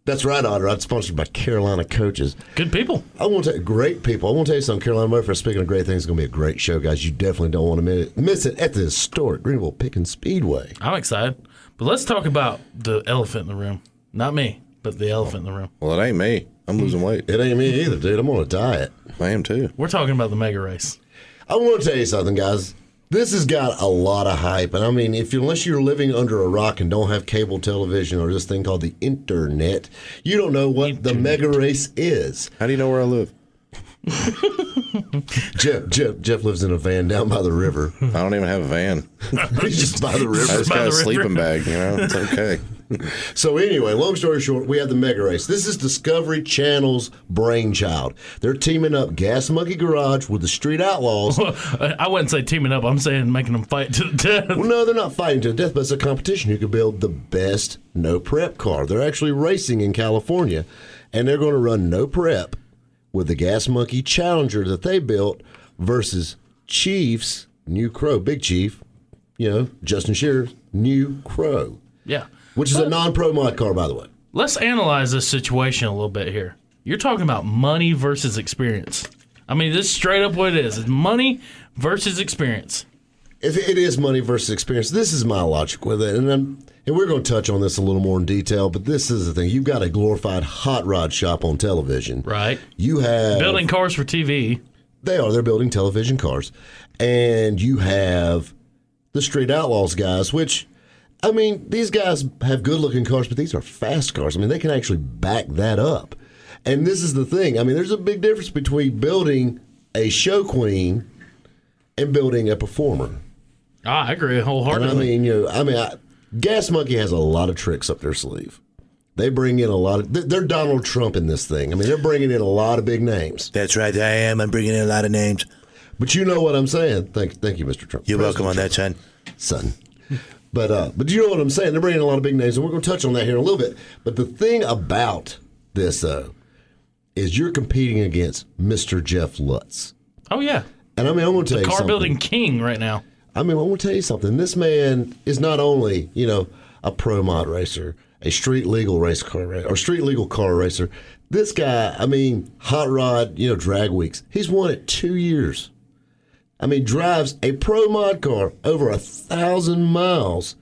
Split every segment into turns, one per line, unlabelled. That's right, Otter. I'm sponsored by Carolina Coaches.
Good people.
I want to great people. I want to tell you something. Carolina Murphy, speaking of great things, it's going to be a great show, guys. You definitely don't want to miss it, miss it at the historic Greenville Pickens Speedway.
I'm excited. But let's talk about the elephant in the room. Not me, but the elephant in the room.
Well, it ain't me. I'm losing weight.
It ain't me either, dude. I'm on a diet.
I am too.
We're talking about the mega race.
I want to tell you something, guys. This has got a lot of hype, and I mean, if you, unless you're living under a rock and don't have cable television or this thing called the internet, you don't know what the mega race is.
How do you know where I live?
Jeff, Jeff, Jeff lives in a van down by the river.
I don't even have a van.
He's just by the river.
I just
By the
got a
river.
sleeping bag, you know? It's okay.
So anyway, long story short, we have the Mega Race. This is Discovery Channel's brainchild. They're teaming up Gas Monkey Garage with the Street Outlaws. well,
I I wouldn't say teaming up. I'm saying making them fight to the death.
no, they're not fighting to the death, but it's a competition who can build the best no prep car. They're actually racing in California, and they're going to run no prep with the Gas Monkey Challenger that they built versus Chief's new crow, Big Chief, you know, Justin Shearer's new crow,
Yeah.
which is a non-pro mod car, by the way.
Let's analyze this situation a little bit here. You're talking about money versus experience. I mean, this is straight up what it is. It's money versus experience.
If it is money versus experience, this is my logic with it, and I'm, and we're going to touch on this a little more in detail. But this is the thing: you've got a glorified hot rod shop on television,
Right.
You have
Building cars for TV.
They are. They're building television cars. And you have the Street Outlaws guys, which, I mean, these guys have good looking cars, but these are fast cars. I mean, they can actually back that up. And this is the thing. I mean, there's a big difference between building a show queen and building a performer.
Ah, I agree
And I
wholeheartedly.
mean, you know, I mean, I, Gas Monkey has a lot of tricks up their sleeve. They bring in a lot of, they're- they're Donald Trump in this thing. I mean, they're bringing in a lot of big names.
That's right, I am. I'm bringing in a lot of names.
But you know what I'm saying. Thank, thank you, Mr. Trump.
You're
President
welcome on that, son.
Trump, son. But uh, but you know what I'm saying. They're bringing a lot of big names, and we're going to touch on that here in a little bit. But the thing about this though is you're competing against Mr. Jeff Lutz,
oh yeah,
and I mean I'm going to tell you
car
something.
building king right now.
I mean I'm going to tell you something. This man is not only you know a pro mod racer, a street legal race car ra- or street legal car racer. This guy, I mean, hot rod, you know, drag weeks. He's won it two years. I mean, drives a pro mod car over a thousand miles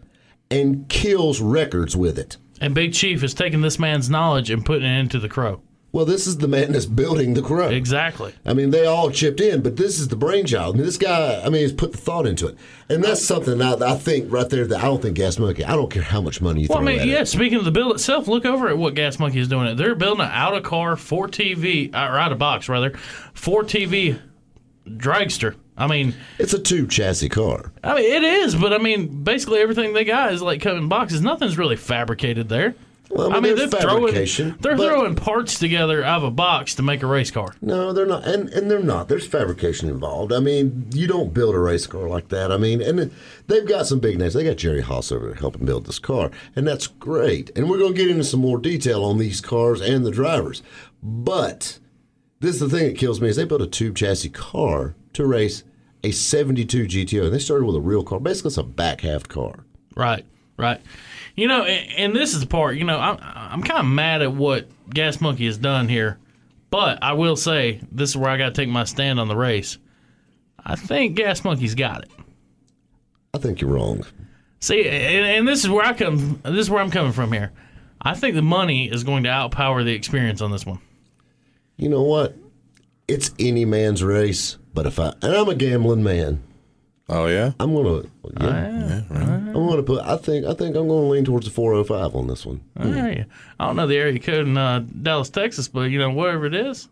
and kills records with it.
And Big Chief is taking this man's knowledge and putting it into the crow.
Well, this is the man that's building the crow.
Exactly.
I mean, they all chipped in, but this is the brainchild. I mean, this guy, I mean, he's put the thought into it. And that's
Oh.
something I, I think right there that I don't think Gas Monkey, I don't care how much money you throw
Well, I mean,
at
yeah.
it.
Speaking of the bill itself, look over at what Gas Monkey is doing. They're building an out of car for TV, uh, or out of box rather, for TV dragster. I mean,
It's a two chassis car.
I mean it is, but I mean basically everything they got is like coming in boxes. Nothing's really fabricated there.
Well, I mean, there's
throwing
fabrication,
they're
but-
throwing parts together out of a box to make a race car.
No, they're not, and and they're not. There's fabrication involved. I mean, you don't build a race car like that. I mean, and they've got some big names. They got Jerry Haas over there helping build this car, and that's great. And we're going to get into some more detail on these cars and the drivers. But this is the thing that kills me is they built a tube chassis car to race a '72 GTO, and they started with a real car. Basically, it's a back half car.
Right, right. You know, and, and this is the part. You know, I'm I'm kind of mad at what Gas Monkey has done here, but I will say this is where I got to take my stand on the race. I think Gas Monkey's got it.
I think you're wrong.
See, and, and this is where I come. This is where I'm coming from here. I think the money is going to outpower the experience on this one.
You know what? It's any man's race. But if I and I'm a gambling man.
Oh, yeah?
I'm gonna. yeah. I'm gonna put. I think. I think I'm gonna lean towards the 405 on this one.
All right. I don't know the area code in uh, Dallas, Texas, but you know wherever it is,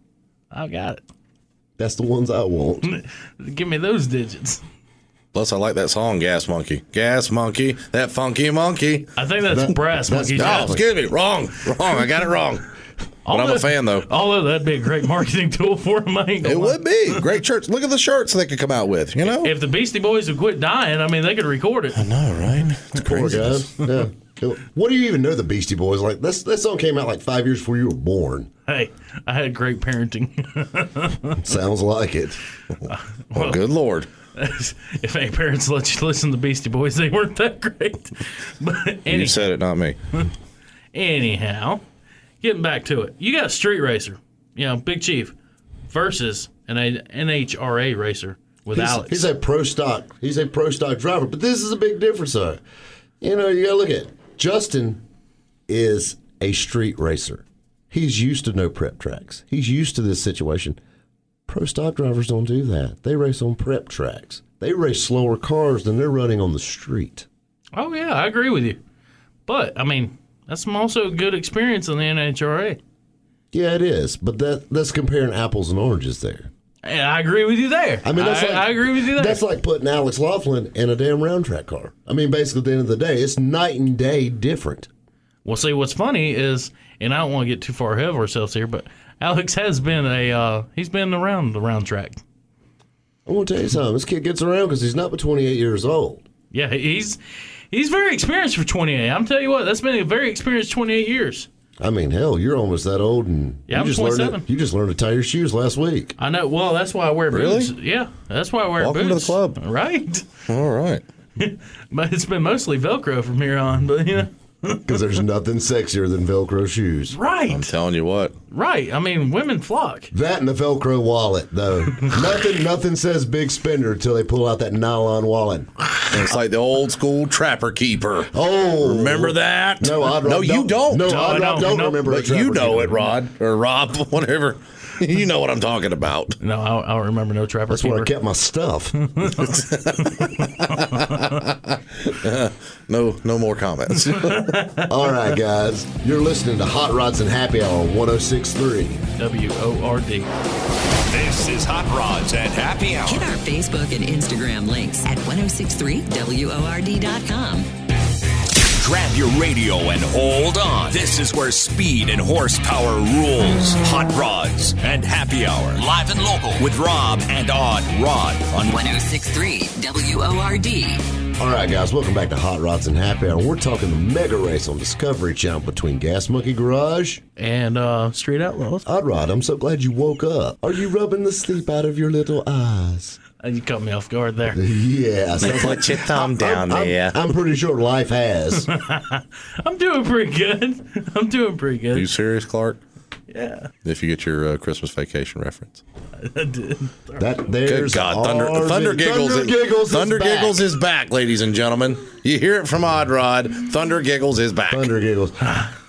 I've got
That's the ones I want.
it. Give me those digits.
Plus, I like that song, Gas Monkey. Gas Monkey, that funky monkey.
I think that's
That-
brass
that's
monkey.
Oh,
Dallas.
excuse me. Wrong. Wrong. I got it wrong. But I'm a fan, though.
Although that'd be a great marketing tool for him, I ain't gonna
It
lie.
would be. Great shirts. Look at the shirts they could come out with, you know?
If the Beastie Boys would quit dying, I mean, they could record it.
no, right? It's
Poor
crazy.
guys. Yeah. What do you even know the Beastie Boys? Like that's that song came out like five years before you were born.
Hey, I had great parenting.
Sounds like it.
Oh, good Lord.
if any parents let you listen to Beastie Boys, they weren't that great. But any,
You said it, not me.
anyhow, getting back to it, you got a street racer, you know, Big Chief, versus an A- NHRA racer with
He's,
Alex.
he's a pro stock. He's a pro stock driver. But this is a big difference, though. You know, you gotta look at Justin is a street racer. He's used to no prep tracks. He's used to this situation. Pro stock drivers don't do that. They race on prep tracks. They race slower cars than they're running on the street.
oh yeah, I agree with you. But I mean, that's also a good experience in the NHRA.
Yeah, it is. But that that's comparing apples and oranges there.
And I agree with you there.
I mean, that's
I,
like,
I agree with you there.
That's like putting Alex Laughlin in a damn round track car. I mean, basically, at the end of the day, it's night and day different.
Well, see, what's funny is, and I don't want to get too far ahead of ourselves here, but Alex has been a uh, he's been around the round track.
I'm gonna tell you something. This kid gets around because he's not but 28 years old.
Yeah, he's he's very experienced for 28. I'm telling you what, that's been a very experienced 28 years.
I mean, hell, you're almost that old, and
Yeah,
you
I'm
just learned
27.
to, you just learned to tie your shoes last week.
I know. Well, that's why I wear
Really?
boots. Yeah, that's why I wear
Welcome to the
boots.
club.
right?
All right.
But it's been mostly Velcro from here on. But you know,
because there's nothing sexier than Velcro shoes.
I'm
Right.
telling you what.
Right. I mean, women flock.
That and the Velcro wallet, though. nothing, nothing says big spender until they pull out that nylon wallet.
And it's like the old school trapper keeper.
Oh,
Remember that?
No, I don't.
No, you don't.
No,
No,
I don't,
I don't.
don't
No.
remember. a
but you
Trapper
know
Keeper.
it, Rod or Rob, whatever. you know what I'm talking about.
No, I, I don't remember no trapper
That's where I
keeper.
kept my stuff.
No, no more comments.
All right, guys. You're listening to Hot Rods and Happy Hour 1063.
W O R D.
This is Hot Rods and Happy
Hit
Hour.
our Facebook and Instagram links at 1063WORD.com.
Grab your radio and hold on. This is where speed and horsepower rules. Hot Rods and Happy Hour. Live and local with Rob and Odd Rod on
1063 WORD.
All right, guys. Welcome back to Hot Rods and Happy Hour. We're talking the mega race on Discovery Channel between Gas Monkey Garage.
And uh, Street Outlaws.
Odd Rod, I'm so glad you woke up. Are you rubbing the sleep out of your little eyes?
Uh, You caught me off guard there.
Yeah. sounds like-
Put your thumb down
I'm-
there.
I'm pretty sure life has.
I'm doing pretty good. I'm doing pretty
Are you
good.
serious, Clark?
Yeah,
If you get your uh, Christmas vacation reference.
I did.
That
Good
there's
God, Thunder,
our
Thunder
vi-
Giggles,
Thunder
is,
Giggles,
Thunder
is back.
Giggles is back, ladies and gentlemen. You hear it from Odd Rod. Thunder Giggles is back.
Thunder Giggles.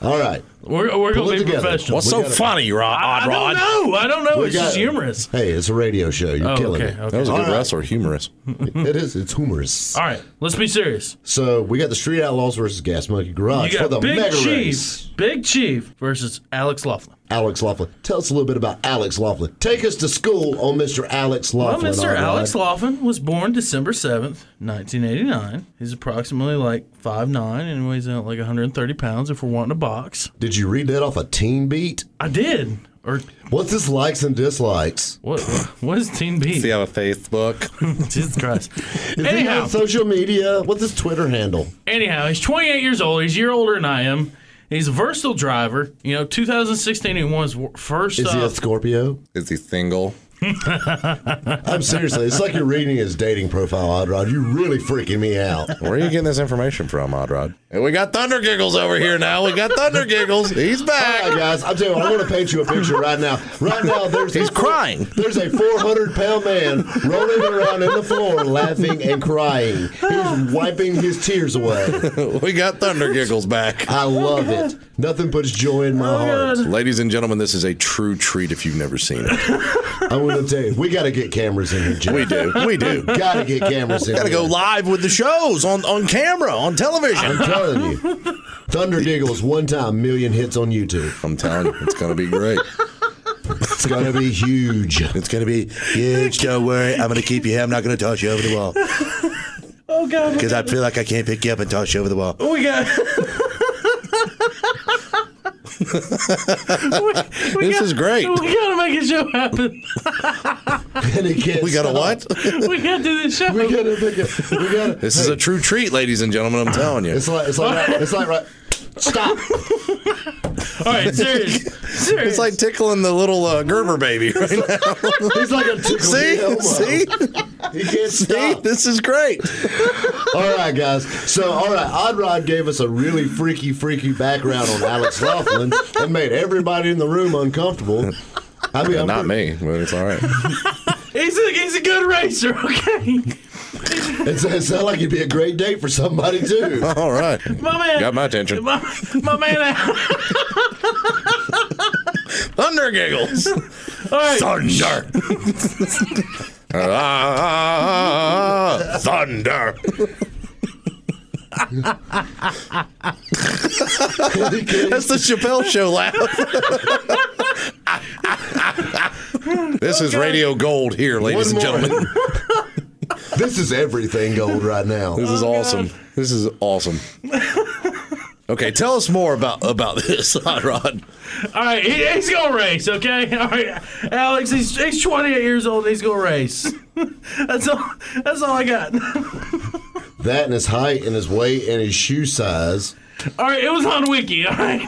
All right,
We're, we're
Pull
gonna
it
be
together.
professional.
What's
We
so
gotta-
funny, Rod?
I, I
Odd Rod?
don't know. I don't know.
We
It's
got-
just Oh, humorous.
Hey, it's a radio show. You're
Oh,
killing
okay,
it.
okay.
That was a
All
good
right.
wrestler. Humorous.
It is. It's humorous.
All right, let's be serious.
So we got the Street Outlaws versus Gas Monkey Garage
You
for
got
the
Big
mega
Chief,
race.
Big Chief versus Alex Laughlin.
Alex Laughlin, tell us a little bit about Alex Laughlin. Take us to school on Mr. Alex
Well,
Laughlin. all
Mr.
right?
Alex Laughlin was born December seventh, nineteen eighty nine. He's approximately like five nine and weighs out like one hundred and thirty pounds. If we're wanting a box,
Did you read that off a Teen Beat?
I did. Or
What's his likes and dislikes?
what? what is Teen B?
See how a Facebook.
Jesus Christ.
Is he
Anyhow.
on social media? What's his Twitter handle?
Anyhow, he's 28 years old. He's a year older than I am. He's a versatile driver. You know, 2016 he won his wor- first.
Is he
uh,
a Scorpio?
Is he single?
I'm seriously. It's like you're reading his dating profile, Odd Rod. You're really freaking me out.
Where are you getting this information from, Odd Rod? And we got Thunder Giggles over here now. We got Thunder Giggles. He's
All
back.
right, guys. I'm telling you, I want to paint you a picture right now. Right now, there's
He's
a four-
crying.
There's a 400 pound man rolling around in the floor, laughing and crying. He's wiping his tears away.
We got Thunder Giggles back.
I love it. Nothing puts joy in my heart.
Ladies and gentlemen, this is a true treat if you've never seen it.
I'm going to tell you, we got to get cameras in here, Jim.
We do. We do.
Got to get cameras in.
Gotta
here.
go live with the shows on, on camera, on television.
I'm telling you, Thunder Giggles one time million hits on YouTube.
I'm telling you, it's gonna be great.
It's gonna be huge.
It's gonna be huge. Don't worry, I'm gonna keep you here. I'm not gonna toss you over the wall
oh God,
because I feel like I can't pick you up and toss you over the wall.
we got. We- we
This
got-
is great.
We gotta make a show happen.
And it can't
We got a
stop.
what?
We gotta do this show.
We gotta make it. We gotta.
This is a true treat, ladies and gentlemen. I'm telling you.
It's like it's like it's like right. Stop.
All right, serious, serious.
It's like tickling the little uh, Gerber baby right now.
He's like a tickle.
See,
Elmo.
see,
He can't
see.
stop.
This is great.
All right, guys. So, all right, Odd Rod gave us a really freaky, freaky background on Alex Laughlin and made everybody in the room uncomfortable. I mean, I'm
Not
pretty-
me, but it's all right.
he's a he's a good racer. Okay,
It's, it sounded like it'd be a great day for somebody too.
All right,
my man.
got my attention.
My, my man. Al-
Thunder giggles.
All right.
Thunder. Ah, thunder.
He can't-
That's the Chappelle Show laugh. this is radio gold here, ladies and
One more.
gentlemen.
this is everything gold right now.
This is awesome. This is awesome. Okay, tell us more about about this, Hot Rod.
All right, he, he's gonna race, okay? All right, Alex, he's, he's 28 years old. and He's gonna race. that's all. That's all I got. All
That and his height and his weight and his shoe size.
right, it was on Wiki. All right,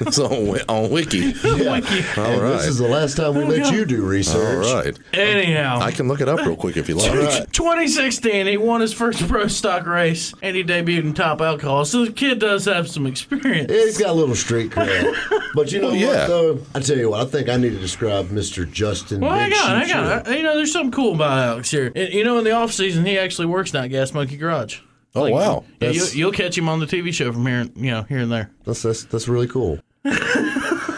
It's on, wi- on Wiki.
Yeah.
All
And
right.
This is the last time
Oh,
we let you do
All
research.
right.
Anyhow.
I can look it up real quick if you like.
2016, he won his first pro stock race and he debuted in top alcohol. So the kid does have some experience.
Yeah, he's got a little street cred. but you know
Well,
what,
yeah.
though? I tell you what, I think I need to describe Mr. Justin
Well,
Big
hang on,
Shoe
hang on.
Shoe.
I- You know, there's something cool about Alex here. And, you know, in the off season, he actually works down at Gas Monkey Garage.
Oh, wow.
Yeah, you,
That's-
you'll catch him on the TV show from here, you know, here and there.
That's, that's, that's really cool.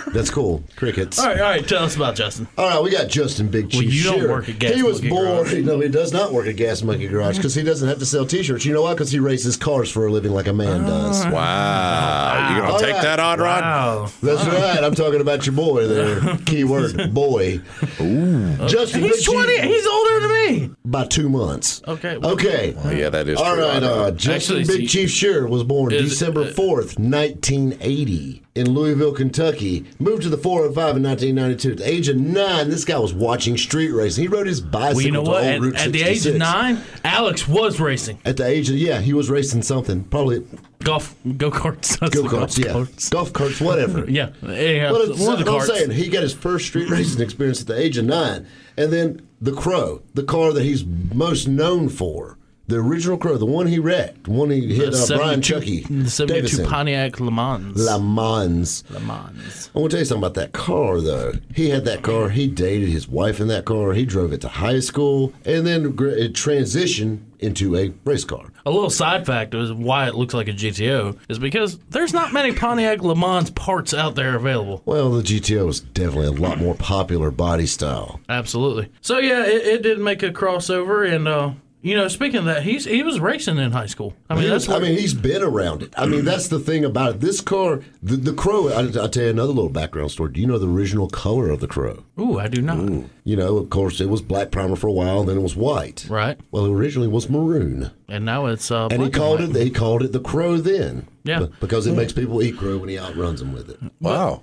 that's cool. Crickets.
All right, all right. Tell us about Justin.
All right, Oh, we got Justin Big Chief.
Well, you don't
Shearer.
work at Gas
He was
Monkey
born.
Garage.
No, he does not work at Gas Monkey Garage because he doesn't have to sell T-shirts. You know why? Because he races cars for a living like a man
Oh,
does.
Wow. You're going
All
to take
right.
that, Odd Rod?
Wow.
That's right. I'm talking about your boy there. Keyword boy. Ooh. Justin Big
He's
Chief
20. He's older than me.
by two months.
Okay, well-
Okay.
Oh, yeah, that is
All
true.
right, uh, Justin
Actually,
Big
see-
Chief Shearer was born
Is-
December
uh,
4th, 1980, in Louisville, Kentucky. Moved to the 405 in 1992. At the age of nine, this guy was watching street racing. He rode his bicycle
Well, you know
to
what?
old
At,
Route
at the age of
66.
nine, Alex was racing
At the age of, yeah, he was racing something. Probably
golf go karts.
go karts, yeah. Golf carts, whatever.
Yeah. Anyhow,
But
one
I'm
of the carts.
saying he got his first street racing experience at the age of nine, and then the Crow, the car that he's most known for, the original Crow, the one he wrecked, the one he hit uh, Brian
72
Chucky
The 72
Davison,
Pontiac Le Mans.
Le Mans.
Le Mans.
I want to tell you something about that car, though. He had that car. He dated his wife in that car. He drove it to high school, and then gr- it transitioned into a race car.
A little side fact is why it looks like a GTO is because there's not many Pontiac Le Mans parts out there available.
Well, the GTO was definitely a lot more popular body style.
Absolutely. So yeah, it, it did make a crossover, and uh, you know, speaking of that, he's he was racing in high school. I mean, that's Mm-hmm.
I
what,
mean, he's been around it. I mean, that's the thing about it. This car, the, the crow. I, I'll tell you another little background story. Do you know the original color of the crow?
ooh, I do not.
You know, of course, it was black primer for a while, and then it was white.
Right.
Well, it originally was maroon,
And now it's uh,
and he called it. He called it the crow then.
Yeah.
be- because it makes people eat crow when he outruns them with it.
Wow.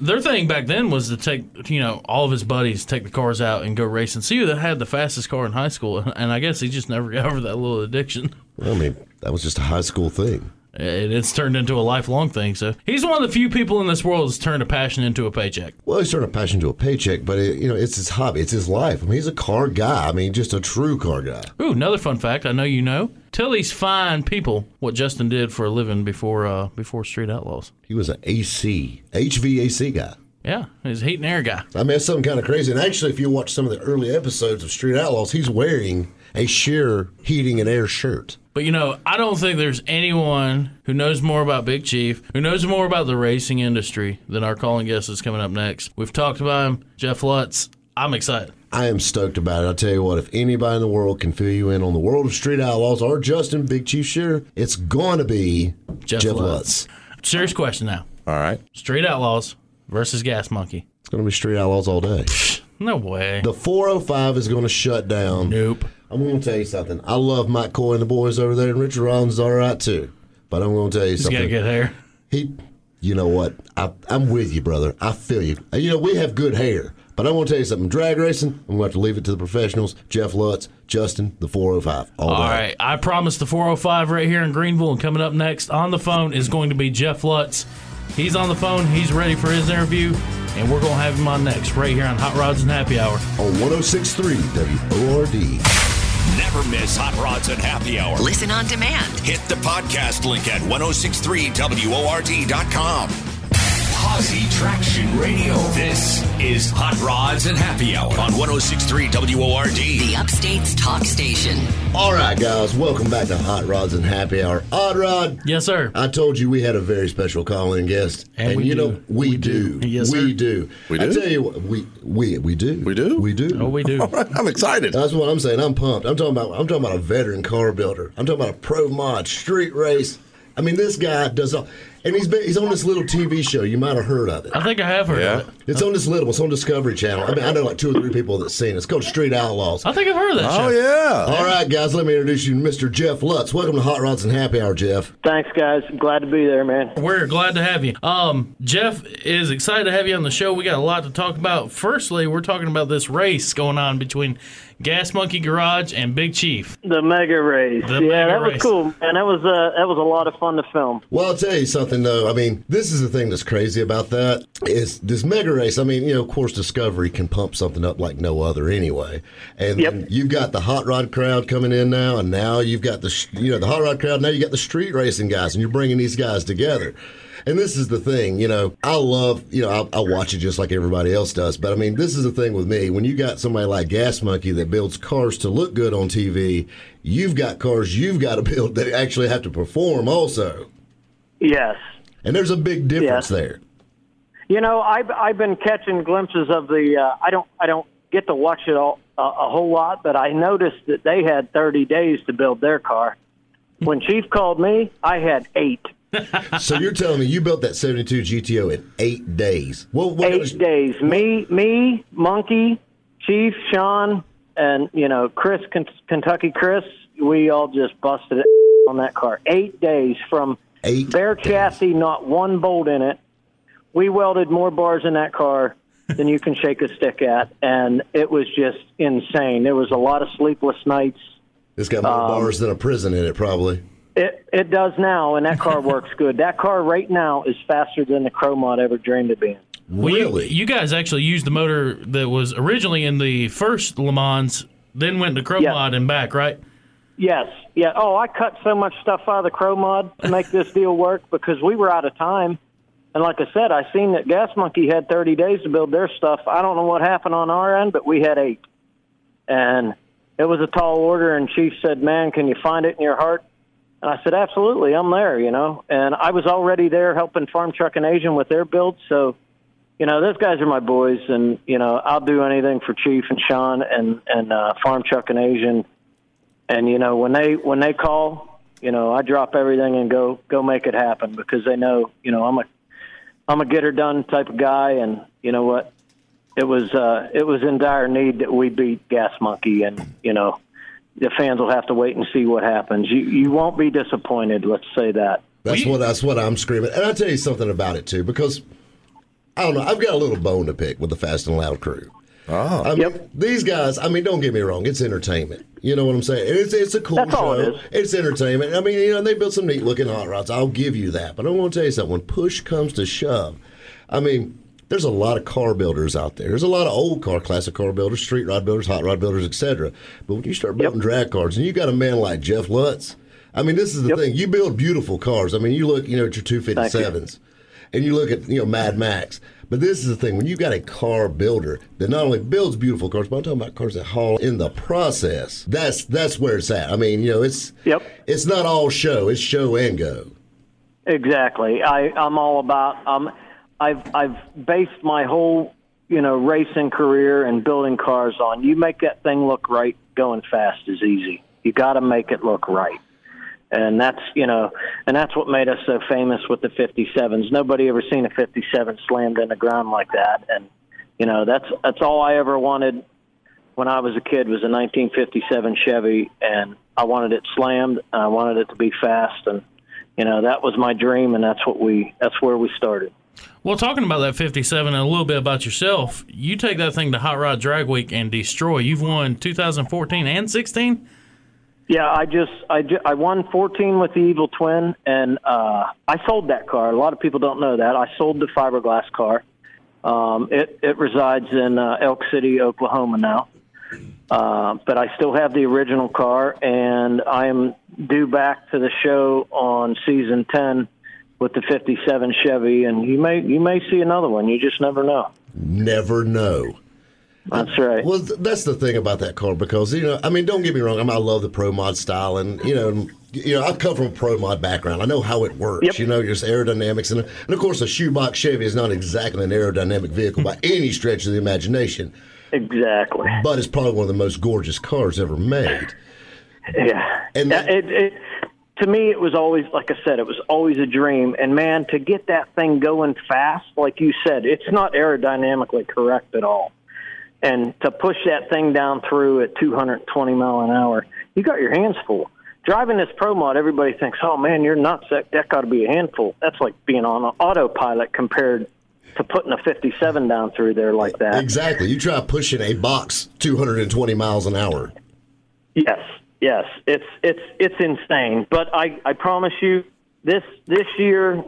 Their thing back then was to take you know all of his buddies take the cars out and go racing. See who that had the fastest car in high school, and I guess he just never got over that little addiction.
Well, I mean, that was just a high school thing.
And it's turned into a lifelong thing. So he's one of the few people in this world that's turned a passion into a paycheck.
Well, he's turned a passion to a paycheck, but it, you know, it's his hobby. It's his life. I mean, he's a car guy. I mean, just a true car guy.
Ooh, another fun fact I know you know. Tell these fine people what Justin did for a living before uh, before Street Outlaws.
He was an AC, HVAC guy.
Yeah, he's a heat and air guy.
I mean, that's something kind of crazy. And actually, if you watch some of the early episodes of Street Outlaws, he's wearing a sheer heating and air shirt.
But you know, I don't think there's anyone who knows more about Big Chief, who knows more about the racing industry than our calling guest is coming up next. We've talked about him, Jeff Lutz. I'm excited.
I am stoked about it. I'll tell you what, if anybody in the world can fill you in on the world of Street Outlaws or Justin Big Chief Shearer, it's going to be
Jeff
Jeff, Lutz.
Lutz. Serious question now.
All right.
Street Outlaws versus Gas Monkey.
It's going to be Street Outlaws all day.
No way.
The 405 is going to shut down.
Nope.
I'm going to tell you something. I love Mike Coy and the boys over there, and Richard Rollins is all right too. But I'm going to tell you
He's
something.
got good hair.
He, you know what? I, I'm with you, brother. I feel you. You know, we have good hair, but I'm going to tell you something. Drag racing, I'm going to have to leave it to the professionals. Jeff Lutz, Justin, the 405. All,
All
day.
right. I promise the 405 right here in Greenville. And coming up next on the phone is going to be Jeff Lutz. He's on the phone. He's ready for his interview. And we're going to have him on next right here on Hot Rods and Happy Hour.
On 1063 WORD.
Never miss Hot Rods and Happy Hour.
Listen on demand.
Hit the podcast link at 1063WORD.com. Posse Traction Radio. This is Hot Rods and Happy Hour on 1063 WORD.
The Upstate's Talk Station.
All right, guys, welcome back to Hot Rods and Happy Hour. Odd Rod.
Yes, sir.
I told you we had a very special call-in guest,
And we
you
do.
know we,
We do.
do.
Yes,
we
sir.
do.
We
I
do?
tell you what, we we we do.
We do?
We do.
oh, we do.
All right. I'm excited.
That's what I'm saying. I'm pumped. I'm talking about. I'm talking about a veteran car builder. I'm talking about a pro mod street race. I mean, this guy does all, and he's been, he's on this little TV show. You might have heard of it.
I think I have heard
Yeah.
of it.
It's on this little. It's on Discovery Channel. I mean, I know like two or three people that's seen it. It's called Street Outlaws.
I think I've heard of that show.
Oh, yeah.
All right, guys, let me introduce you to Mr. Jeff Lutz. Welcome to Hot Rods and Happy Hour, Jeff.
Thanks, guys. I'm glad to be there, man.
We're glad to have you. Um, Jeff is excited to have you on the show. We got a lot to talk about. Firstly, we're talking about this race going on between Gas Monkey Garage, and Big Chief.
The mega race.
The
yeah,
mega
that
race.
was cool, man. That was uh, that was a lot of fun to film.
Well, I'll tell you something though. I mean, this is the thing that's crazy about that is this mega race. I mean, you know, of course, Discovery can pump something up like no other anyway. And
Yep.
then you've got the hot rod crowd coming in now, and now you've got the sh- you know the hot rod crowd. Now you got the street racing guys, and you're bringing these guys together. And this is the thing, you know, I love, you know, I, I watch it just like everybody else does. But I mean, this is the thing with me. When you got somebody like Gas Monkey that builds cars to look good on TV, you've got cars you've got to build that actually have to perform also.
Yes.
And there's a big difference
Yeah.
there.
You know, I've I've been catching glimpses of the. Uh, I don't I don't get to watch it all uh, a whole lot, but I noticed that they had 30 days to build their car. When Chief called me, I had eight.
So you're telling me you built that 72 GTO in eight days? Well, what it was-
Eight days. Me, me, Monkey, Chief, Sean, and you know Chris, Ken- Kentucky Chris. We all just busted it on that car. Eight days from
Eight
bare
days.
chassis, not one bolt in it. We welded more bars in that car than you can shake a stick at, and it was just insane. There was a lot of sleepless nights.
It's got
Um,
more bars than a prison in it, probably.
It it does now, and that car works good. That car right now is faster than the Chromod ever dreamed of being.
Well, you-
really?
You, guys actually used the motor that was originally in the first Le Mans, then went to Chromod
Yeah.
and back, right?
Yes. Yeah. Oh, I cut so much stuff out of the Crow Mod to make this deal work because we were out of time. And like I said, I seen that Gas Monkey had 30 days to build their stuff. I don't know what happened on our end, but we had eight. And it was a tall order. And Chief said, Man, can you find it in your heart? And I said, Absolutely. I'm there, you know. And I was already there helping Farm Truck and Asian with their build. So, you know, those guys are my boys. And, you know, I'll do anything for Chief and Sean and, and uh, Farm Truck and Asian and you know when they when they call you know i drop everything and go go make it happen because they know you know i'm a i'm a get her done type of guy and you know what it was uh it was in dire need that we beat gas monkey and you know the fans will have to wait and see what happens you you won't be disappointed let's say that
That's
We-
what that's what I'm screaming. And I'll tell you something about it too, because I don't know. I've got a little bone to pick with the Fast and Loud crew. Oh, I mean,
Yep.
these guys. I mean, don't get me wrong. It's entertainment. You know what I'm saying? It's it's a cool
That's
show.
all it is.
It's entertainment. I mean, you know, they built some neat looking hot rods. I'll give you that. But I want to tell you something. When push comes to shove, I mean, there's a lot of car builders out there. There's a lot of old car, classic car builders, street rod builders, hot rod builders, etc. But when you start building drag cars, and you got a man like Jeff Lutz, I mean, this is the thing. You build beautiful cars. I mean, you look, you know, at your 257s, and you look at you know Mad Max. But this is the thing: when you got a car builder that not only builds beautiful cars, but I'm talking about cars that haul in the process. That's that's where it's at. I mean, you know, it's
Yep.
it's not all show; it's show and go.
Exactly. I, I'm all about. Um, I've I've based my whole you know racing career and building cars on you make that thing look right. Going fast is easy. You got to make it look right, and that's you know, and that's what made us so famous with the 57s. Nobody ever seen a 57 slammed in the ground like that, and you know that's that's all I ever wanted when I was a kid was a 1957 Chevy, and I wanted it slammed. And I wanted it to be fast, and you know that was my dream, and that's what we that's where we started.
Well, talking about that 57 and a little bit about yourself, you take that thing to Hot Rod Drag Week and destroy. You've won 2014 and 16.
Yeah, I just I, ju- I won 14 with the Evil Twin, and uh, I sold that car. A lot of people don't know that I sold the fiberglass car. Um, it it resides in uh, Elk City, Oklahoma now, uh, but I still have the original car, and I am due back to the show on season 10 with the 57 Chevy, and you may you may see another one. You just never know.
Never know.
That's right.
Well, th- that's the thing about that car because you know, I mean, don't get me wrong. I, mean, I love the pro mod style, and you know, and, you know, I come from a pro mod background. I know how it works.
Yep.
You know, just aerodynamics, and, and of course, a shoebox Chevy is not exactly an aerodynamic vehicle by any stretch of the imagination,
Exactly.
but it's probably one of the most gorgeous cars ever made.
Yeah.
And
Yeah,
that-
it, it, to me, it was always, like I said, it was always a dream. And man, to get that thing going fast, like you said, it's not aerodynamically correct at all. And to push that thing down through at 220 mile an hour, you got your hands full. Driving this pro mod, everybody thinks, "Oh man, you're nuts. That that got to be a handful." That's like being on an autopilot compared to putting a 57 down through there like that.
Exactly. You try pushing a box 220 miles an hour.
Yes, yes, it's it's it's insane. But I I promise you, this this year,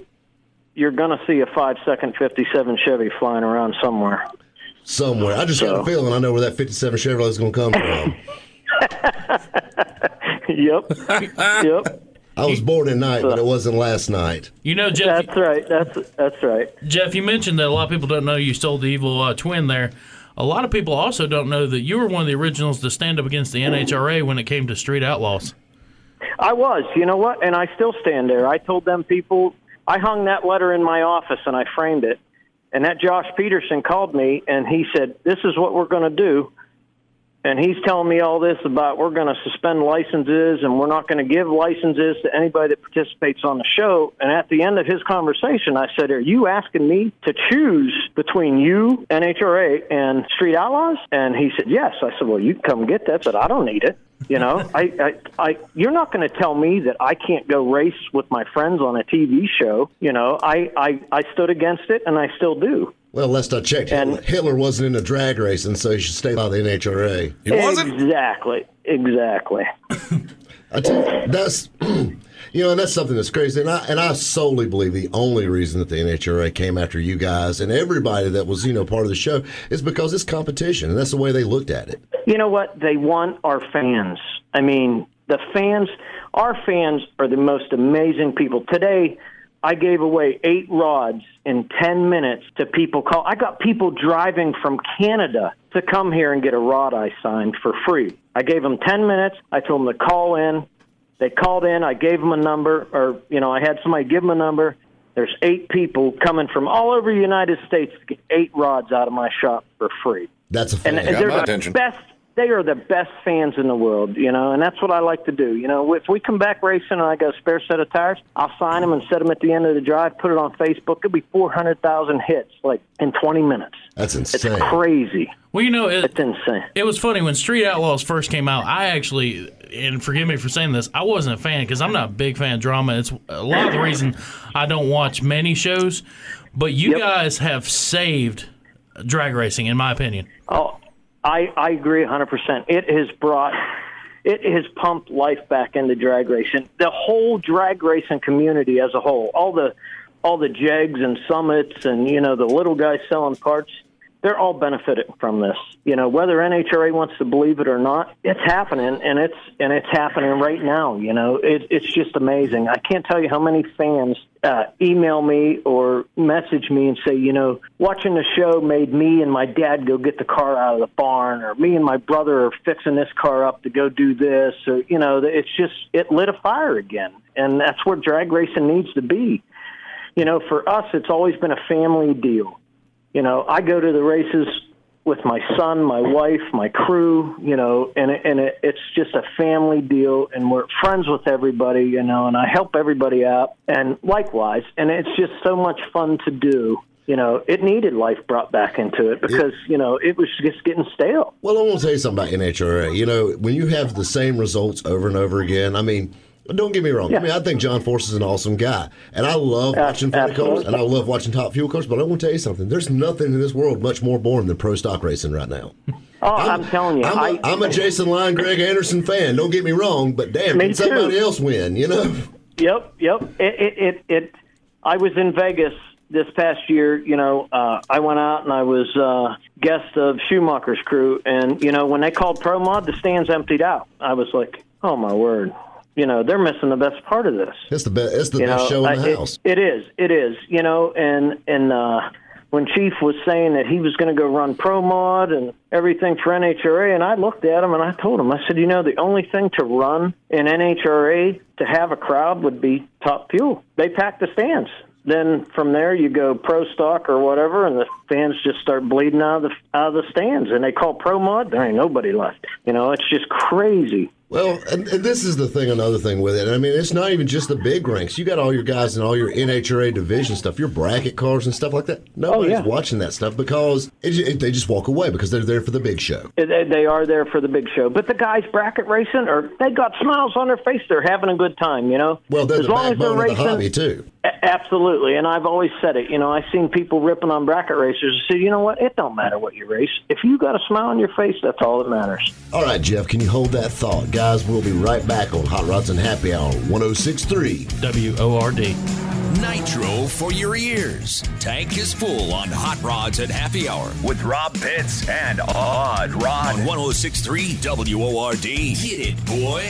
you're gonna see a five second fifty seven Chevy flying around somewhere.
somewhere. I just got a
So-
feeling I know where that 57 Chevrolet is going to come from.
yep, yep.
I was born at night, but it wasn't last night.
You know, Jeff,
That's right. That's that's right.
Jeff, you mentioned that a lot of people don't know you stole the evil uh, twin there. A lot of people also don't know that you were one of the originals to stand up against the NHRA when it came to street outlaws.
I was, you know what? And I still stand there. I told them people, I hung that letter in my office and I framed it. And that Josh Peterson called me and he said, This is what we're going to do. And he's telling me all this about we're going to suspend licenses and we're not going to give licenses to anybody that participates on the show. And at the end of his conversation, I said, Are you asking me to choose between you, NHRA, and Street Outlaws? And he said, Yes. I said, Well, you come get that, but I don't need it. You know, I, I, I, you're not going to tell me that I can't go race with my friends on a TV show. You know, I, I, I stood against it and I still do.
Well, last I checked,
And-
Hitler, Hitler wasn't in a drag race, and so he should stay by the NHRA.
He wasn't.
Exactly. Exactly.
I tell you, that's you know, and that's something that's crazy. And I and I solely believe the only reason that the NHRA came after you guys and everybody that was you know part of the show is because it's competition, and that's the way they looked at it.
You know what? They want our fans. I mean, the fans, our fans are the most amazing people. Today, I gave away eight rods in 10 minutes to people call. I got people driving from Canada to come here and get a rod I signed for free. I gave them 10 minutes. I told them to call in. They called in. I gave them a number, or, you know, I had somebody give them a number. There's eight people coming from all over the United States to get eight rods out of my shop for free
That's a
and,
fact.
and they're
my
the
attention.
best. They are the best fans in the world, you know, and that's what I like to do. You know, if we come back racing and I got a spare set of tires, I'll sign them and set them at the end of the drive. Put it on Facebook. It'll be four hundred thousand hits, like in twenty minutes.
that's
It's
insane.
crazy.
Well, you know, it,
It's insane.
It was funny when Street Outlaws first came out. I actually, and forgive me for saying this, I wasn't a fan because I'm not a big fan of drama. It's a lot of the reason I don't watch many shows. But you guys have saved drag racing, in my opinion.
Oh, I I agree 100%. It has brought it has pumped life back into drag racing. The whole drag racing community as a whole, all the all the jegs and summits and you know the little guys selling parts, they're all benefiting from this. You know, whether NHRA wants to believe it or not, it's happening and it's and it's happening right now, you know. It it's just amazing. I can't tell you how many fans uh, email me or message me and say, you know, watching the show made me and my dad go get the car out of the barn, or me and my brother are fixing this car up to go do this, or you know, it's just it lit a fire again, and that's where drag racing needs to be. You know, for us, it's always been a family deal. You know, I go to the races with my son, my wife, my crew. You know, and it, and it, it's just a family deal, and we're friends with everybody. You know, and I help everybody out, and likewise, and it's just so much fun to do. You know, it needed life brought back into it because you know it was just getting stale.
Well, I want to tell you something about NHRA. You know, when you have the same results over and over again, I mean, don't get me wrong. I mean, I think John Force is an awesome guy, and I love watching funny cars,
absolutely.
and I love watching top fuel cars. But I want to tell you something. There's nothing in this world much more boring than pro stock racing right now.
Oh, I'm, telling you,
I'm a-
I-
I'm a Jason Lyon, Greg Anderson fan. Don't get me wrong, but damn,
Me
can somebody
too.
else win? You know,
Yep, yep. It, it, it, it. I was in Vegas this past year. You know, uh, I went out and I was uh, guest of Schumacher's crew, and you know, when they called Pro Mod, the stands emptied out. I was like, oh my word. You know, they're missing the best part of this
it's the best. It's the
you
best
know,
show in
I-
the
it-
house.
it is, it is, you know, and and uh, when Chief was saying that he was going to go run pro mod and everything for NHRA, and I looked at him and I told him, I said, you know, the only thing to run in NHRA to have a crowd would be Top Fuel. They pack the stands. Then from there you go pro stock or whatever, and the fans just start bleeding out of the out of the stands, and they call pro mod. There ain't nobody left. You know, it's just crazy.
Well, and, and this is the thing, another thing with it. I mean, it's not even just the big ranks. You got all your guys in all your NHRA division stuff, your bracket cars and stuff like that. Nobody's
Oh, yeah.
watching that stuff because it, ju- it, they just walk away because they're there for the big show.
They they are there for the big show, but the guys bracket racing, or they got smiles on their face. They're having a good time, you know.
Well, they're
as
the
long as they're
backbone
racing,
of the hobby, too.
A- absolutely. And I've always said it. You know, I've seen people ripping on bracket racers and say, you know what? It don't matter what you race. If you got a smile on your face, that's all that matters.
All right, Jeff, can you hold that thought? Guys, we'll be right back on Hot Rods and Happy Hour 1063.
W O R D.
Nitro for your ears. Tank is full on Hot Rods at Happy Hour with Rob Pitts and Odd Rod on 1063 WORD. Get it, boy.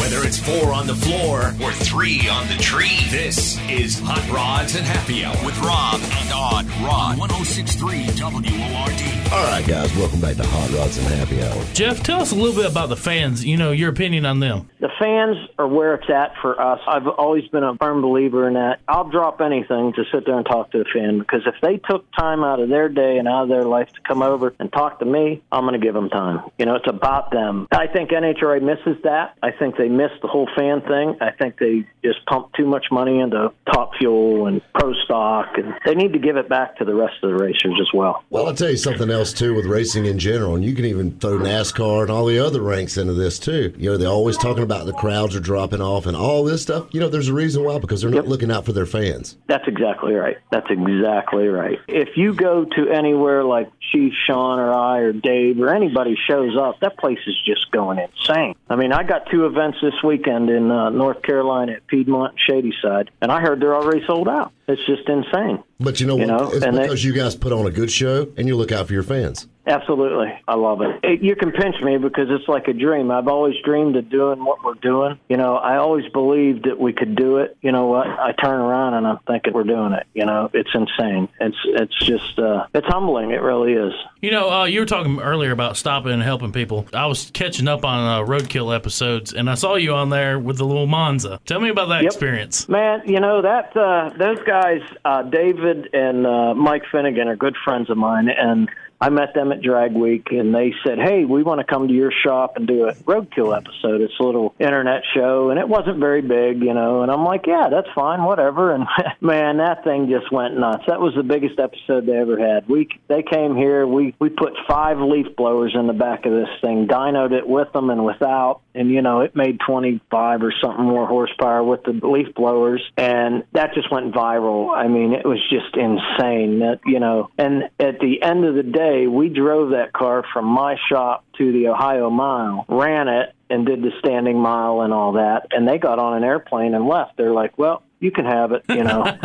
Whether it's four on the floor or three on the tree, this is Hot Rods and Happy Hour with Rob and Odd Rod 1063 WORD.
All right, guys, welcome back to Hot Rods and Happy Hour.
Jeff, tell us a little bit about the fans. You know, your opinion on them.
The fans are where it's at for us. I've always been a firm believer in that. I'll drop anything to sit there and talk to a fan because if they took time out of their day and out of their life to come over and talk to me, I'm going to give them time. You know, it's about them. I think NHRA misses that. I think they miss the whole fan thing. I think they just pump too much money into top fuel and pro stock, and they need to give it back to the rest of the racers as well.
Well, I'll tell you something else too with racing in general, and you can even throw NASCAR and all the other ranks into this too. You know, they're always talking about the crowds are dropping off and all this stuff. You know, there's a reason why because they're not looking out for their fans.
That's exactly right. That's exactly right. If you go to anywhere like Chief Sean or I or Dave or anybody shows up, that place is just going insane. I mean, I got two events this weekend in uh, North Carolina at Piedmont and Shady Side, and I heard they're already sold out. It's just insane.
But you know
You
what?
know,
it's
and they-
because you guys put on a good show and you look out for your fans.
Absolutely. I love it. it. You can pinch me because it's like a dream. I've always dreamed of doing what we're doing. You know, I always believed that we could do it. You know what? I turn around and I'm thinking we're doing it. You know, it's insane. It's it's just uh it's humbling. It really is.
You know, uh, you were talking earlier about stopping and helping people. I was catching up on uh, roadkill episodes, and I saw you on there with the little Monza. Tell me about that experience.
Man, you know that uh, those guys, uh, David and uh, Mike Finnegan, are good friends of mine, and I met them at Drag Week, and they said, "Hey, we want to come to your shop and do a roadkill episode. It's a little internet show, and it wasn't very big, you know." And I'm like, "Yeah, that's fine, whatever." And man, that thing just went nuts. That was the biggest episode they ever had. We they came here, we we put five leaf blowers in the back of this thing, dynoed it with them and without, and you know it made 25 or something more horsepower with the leaf blowers, and that just went viral. I mean, it was just insane. That you know, and at the end of the day, we drove that car from my shop to the Ohio Mile, ran it, and did the standing mile and all that, and they got on an airplane and left. They're like, well. You can have it, you know.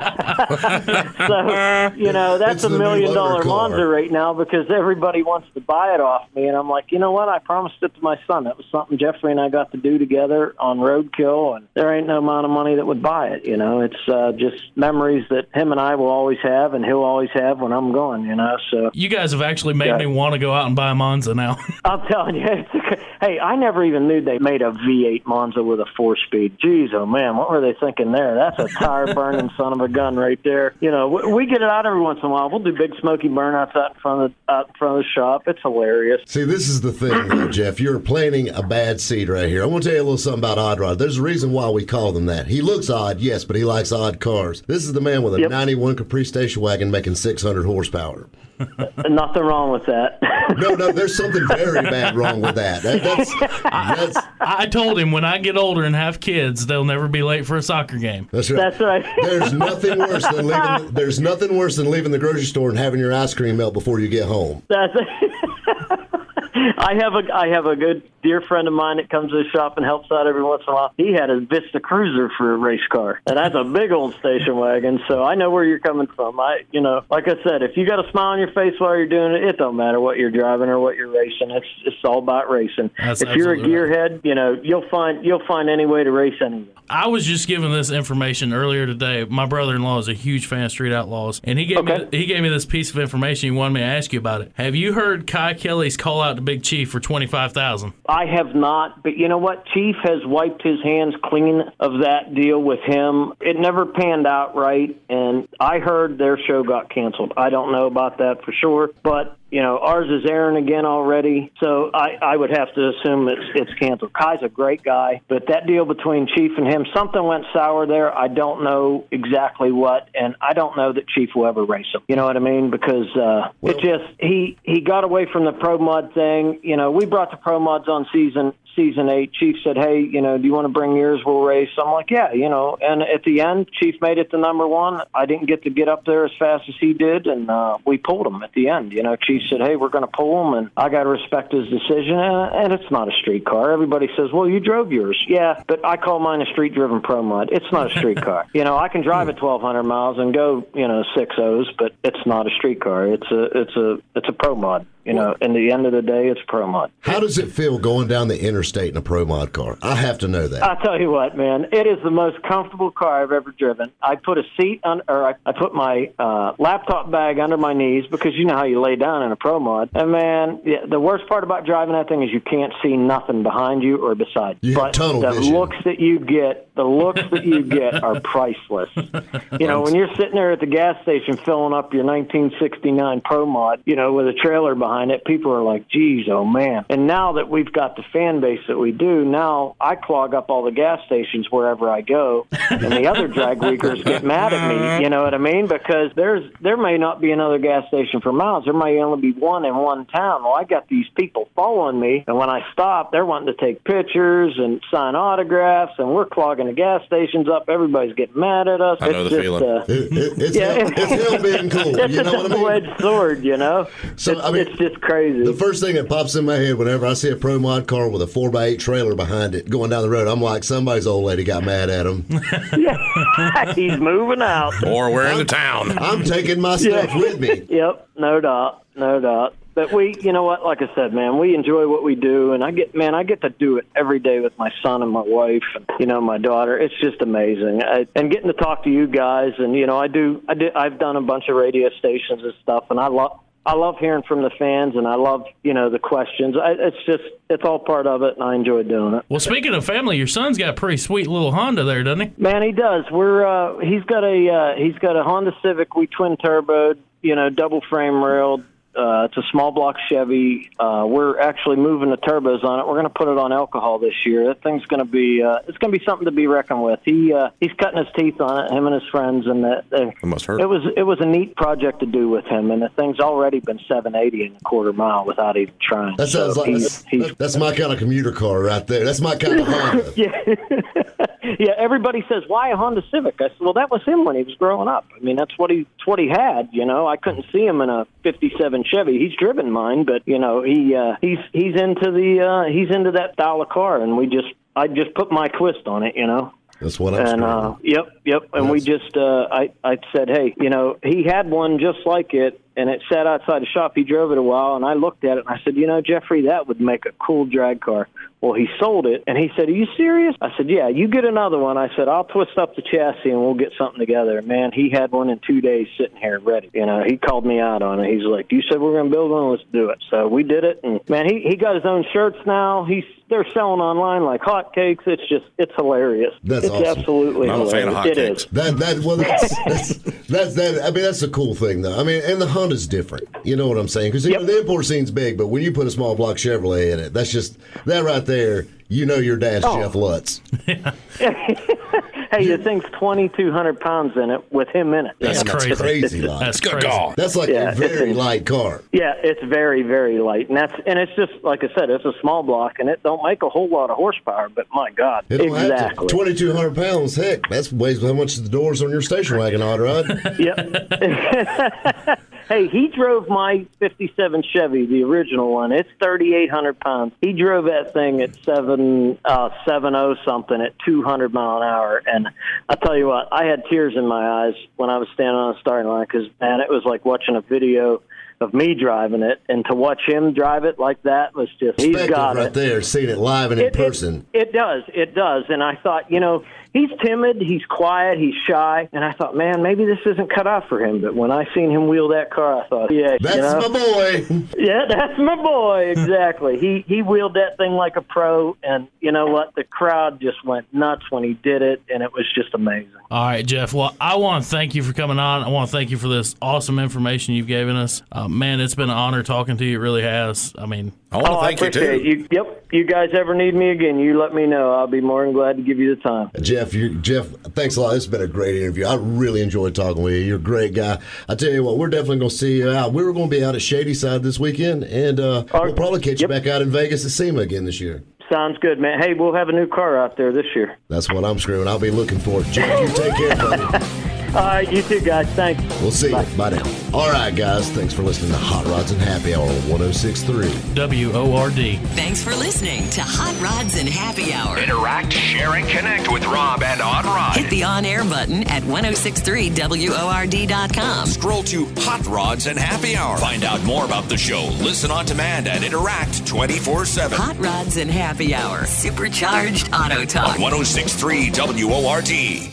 so, so, you know, that's
It's
a
the new
million dollar
motor car.
Monza right now because everybody wants to buy it off me. And I'm like, you know what? I promised it to my son. That was something Jeffrey and I got to do together on Roadkill, and there ain't no amount of money that would buy it. You know, it's uh, just memories that him and I will always have, and he'll always have when I'm gone. You know, so
You guys have actually made
Yeah.
me want to go out and buy a Monza now.
I'm telling you, it's hey, I never even knew they made a V8 Monza with a four-speed. Jeez, oh man, what were they thinking there? That's a tire-burning son of a gun right there. You know, we, we get it out every once in a while. We'll do big smoky burnouts out in front of the, out in front of the shop. It's hilarious.
See, this is the thing, though, Jeff. You're planting a bad seed right here. I want to tell you a little something about Odd Rod. There's a reason why we call him that. He looks odd, yes, but he likes odd cars. This is the man with a
Yep.
91 Capri station wagon making 600 horsepower.
Nothing wrong with that.
No, no, there's something very bad wrong with that. that that's, that's,
I told him when I get older and have kids, they'll never be late for a soccer game.
that's right.
That's right.
There's nothing worse than leaving. There's nothing worse than leaving the grocery store and having your ice cream melt before you get home.
That's. I have a I have a good dear friend of mine that comes to the shop and helps out every once in a while. He had a Vista Cruiser for a race car, and that's a big old station wagon. So I know where you're coming from. I you know, like I said, if you got a smile on your face while you're doing it, it don't matter what you're driving or what you're racing. It's it's all about racing.
That's
if you're a
absolutely right.
gearhead, you know you'll find you'll find any way to race anything.
I was just given this information earlier today. My brother-in-law is a huge fan of Street Outlaws, and he gave
Okay.
me he gave me this piece of information. He wanted me to ask you about it. Have you heard Kai Kelly's call out to Big Big Chief for twenty five thousand.
I have not, but you know what? Chief has wiped his hands clean of that deal with him. It never panned out right, and I heard their show got canceled. I don't know about that for sure, but you know ours is airing again already, so I, I would have to assume it's it's canceled. Kai's a great guy, but that deal between Chief and him, something went sour there. I don't know exactly what, and I don't know that Chief will ever race him. You know what I mean? Because uh, it just he he got away from the pro mod thing. You know, we brought the pro mods on season season eight. Chief said, "Hey, you know, do you want to bring yours? We'll race." I'm like, "Yeah, you know." And at the end, Chief made it the number one. I didn't get to get up there as fast as he did, and uh, we pulled him at the end. You know, Chief said, "Hey, we're going to pull him," and I got to respect his decision. And, and it's not a street car. Everybody says, "Well, you drove yours." Yeah, but I call mine a street-driven pro mod. It's not a street car. you know, I can drive at 1,200 miles and go, you know, six O's, but it's not a street car. It's a it's a it's a pro mod. You know, in the end of the day, it's pro mod.
How does it feel going down the interstate in a pro mod car? I have to know that.
I tell you what, man, it is the most comfortable car I've ever driven. I put a seat on, or I, I put my uh, laptop bag under my knees because you know how you lay down in a pro mod. And man, yeah, the worst part about driving that thing is you can't see nothing behind you or beside you.
You have
but
tunnel
the
vision.
looks that you get, the looks that you get are priceless. You know, when you're sitting there at the gas station filling up your 1969 pro mod, you know, with a trailer behind it, people are like, "Geez, oh man!" And now that we've got the fan base that we do, now I clog up all the gas stations wherever I go, and the other drag weakers get mad at me. You know what I mean? Because there's there may not be another gas station for miles. There may only be one in one town. Well, I got these people following me, and when I stop, they're wanting to take pictures and sign autographs, and we're clogging the gas stations up. Everybody's getting mad at us.
I know
it's
the
just,
feeling.
Uh,
It- it- it's,
Yeah.
him, it's him being cool.
it's
You
a
know what I mean?
double-edged sword, you know.
So,
it's,
I mean,
it's just crazy.
The first thing that pops in my head whenever I see a pro mod car with a 4x8 trailer behind it going down the road, I'm like, somebody's old lady got mad at him.
yeah, he's moving out.
Or we're in the town.
I'm taking my stuff with me.
Yep, no doubt, no doubt. But we, you know what? Like I said, man, we enjoy what we do, and I get, man, I get to do it every day with my son and my wife, and you know, my daughter. It's just amazing, I, and getting to talk to you guys, and you know, I do, I do, I've done a bunch of radio stations and stuff, and I love. I love hearing from the fans, and I love you know the questions. I, it's just it's all part of it, and I enjoy doing it.
Well, speaking of family, your son's got a pretty sweet little Honda there, doesn't he?
Man, he does. We're uh, he's got a uh, he's got a Honda Civic. We twin turboed, you know, double frame railed. Uh, it's a small block Chevy. Uh, we're actually moving the turbos on it. We're going to put it on alcohol this year. That thing's going to be uh, it's going to be something to be reckoned with. He uh, he's cutting his teeth on it. Him and his friends, and that
That must hurt.
It was it was a neat project to do with him, and the thing's already been 780 and a quarter mile without even trying.
That sounds
So
like
he's-
that's,
he's
that's my kind of commuter car right there. That's my kind of Honda.
yeah, everybody says why a Honda Civic. I said, well, that was him when he was growing up. I mean, that's what he it's what he had. You know, I couldn't see him in a '57 Chevy. He's driven mine, but you know, he uh, he's he's into the uh, he's into that style of car, and we just I just put my twist on it. You know,
That's what I'm
and
screaming.
uh, yep, yep. And we just, uh, I, I said, hey, you know, he had one just like it, and it sat outside the shop. He drove it a while, and I looked at it and I said, you know, Jeffrey, that would make a cool drag car. Well, he sold it, and he said, are you serious? I said, yeah. You get another one. I said, I'll twist up the chassis and we'll get something together. And Man, he had one in two days sitting here ready. You know, he called me out on it. He's like, you said we're going to build one. Let's do it. So we did it, and man, he he got his own shirts now. He's they're selling online like hotcakes. It's just it's hilarious.
That's
it's
awesome.
absolutely
I'm a fan of
hilarious. It is.
hotcakes.
That that well that's, that's that's that I mean that's a cool thing though. I mean and the Honda's different. You know what I'm saying? Because
Yep.
the import scene's big, but when you put a small block Chevrolet in it, that's just that right there. You know your dad's
Oh.
Jeff Lutz.
Hey, the thing's twenty two hundred pounds in it with him in it.
That's
That's
crazy.
crazy.
crazy like. That's,
That's
Good
crazy.
God.
like
Yeah,
a
it's
very
in-
light car.
Yeah, it's very very light, and that's and it's just like I said, it's a small block, and it don't make a whole lot of horsepower. But my God,
It don't have to.
exactly.
Twenty two hundred pounds. Heck, that's weighs how much the doors on your station wagon, Odd Rod.
Yep. hey, he drove my 57 Chevy, the original one. It's 3,800 pounds. He drove that thing at seven uh, seven oh something at 200 mile an hour. And I tell you what, I had tears in my eyes when I was standing on the starting line because, man, it was like watching a video of me driving it. And to watch him drive it like that was just, he's
Spectacle
got
right
it
there, seeing it live and in person.
it does. It does. And I thought, you know, he's timid, he's quiet, he's shy, and I thought, man, maybe this isn't cut out for him. But when I seen him wheel that car, I thought, yeah, you
That's
know?
my boy.
Yeah, that's my boy. Exactly. he he wheeled that thing like a pro, and you know what? The crowd just went nuts when he did it, and it was just amazing.
All right, Jeff. Well, I want to thank you for coming on. I want to thank you for this awesome information you've given us. Uh, man, it's been an honor talking to you. It really has. I mean,
I want to
oh,
thank
I
you too.
appreciate it. You, yep. You guys ever need me again? You let me know. I'll be more than glad to give you the time.
Jeff, you Jeff, thanks a lot. This has been a great interview. I really enjoyed talking with you. You're a great guy. I tell you what, we're definitely going to see you out. We were going to be out at Shady Side this weekend, and uh,
All right.
we'll probably catch you
Yep.
back out in Vegas at SEMA again this year.
Sounds good, man. Hey, we'll have a new car out there this year.
That's what I'm screwing. I'll be looking for it. Jeff, you take care, buddy.
All right, you too, guys. Thanks.
We'll see you. Bye now. All right, guys. Thanks for listening to Hot Rods and Happy Hour 1063.
W O R D.
Thanks for listening to Hot Rods and Happy Hour.
Interact, share, and connect with Rob and Odd
Hit
Rod.
the on air button at 1063WORD.com.
Scroll to Hot Rods and Happy Hour. Find out more about the show. Listen on demand and interact 24 7.
Hot Rods and Happy Hour. Supercharged Auto Talk.
1063 WORD.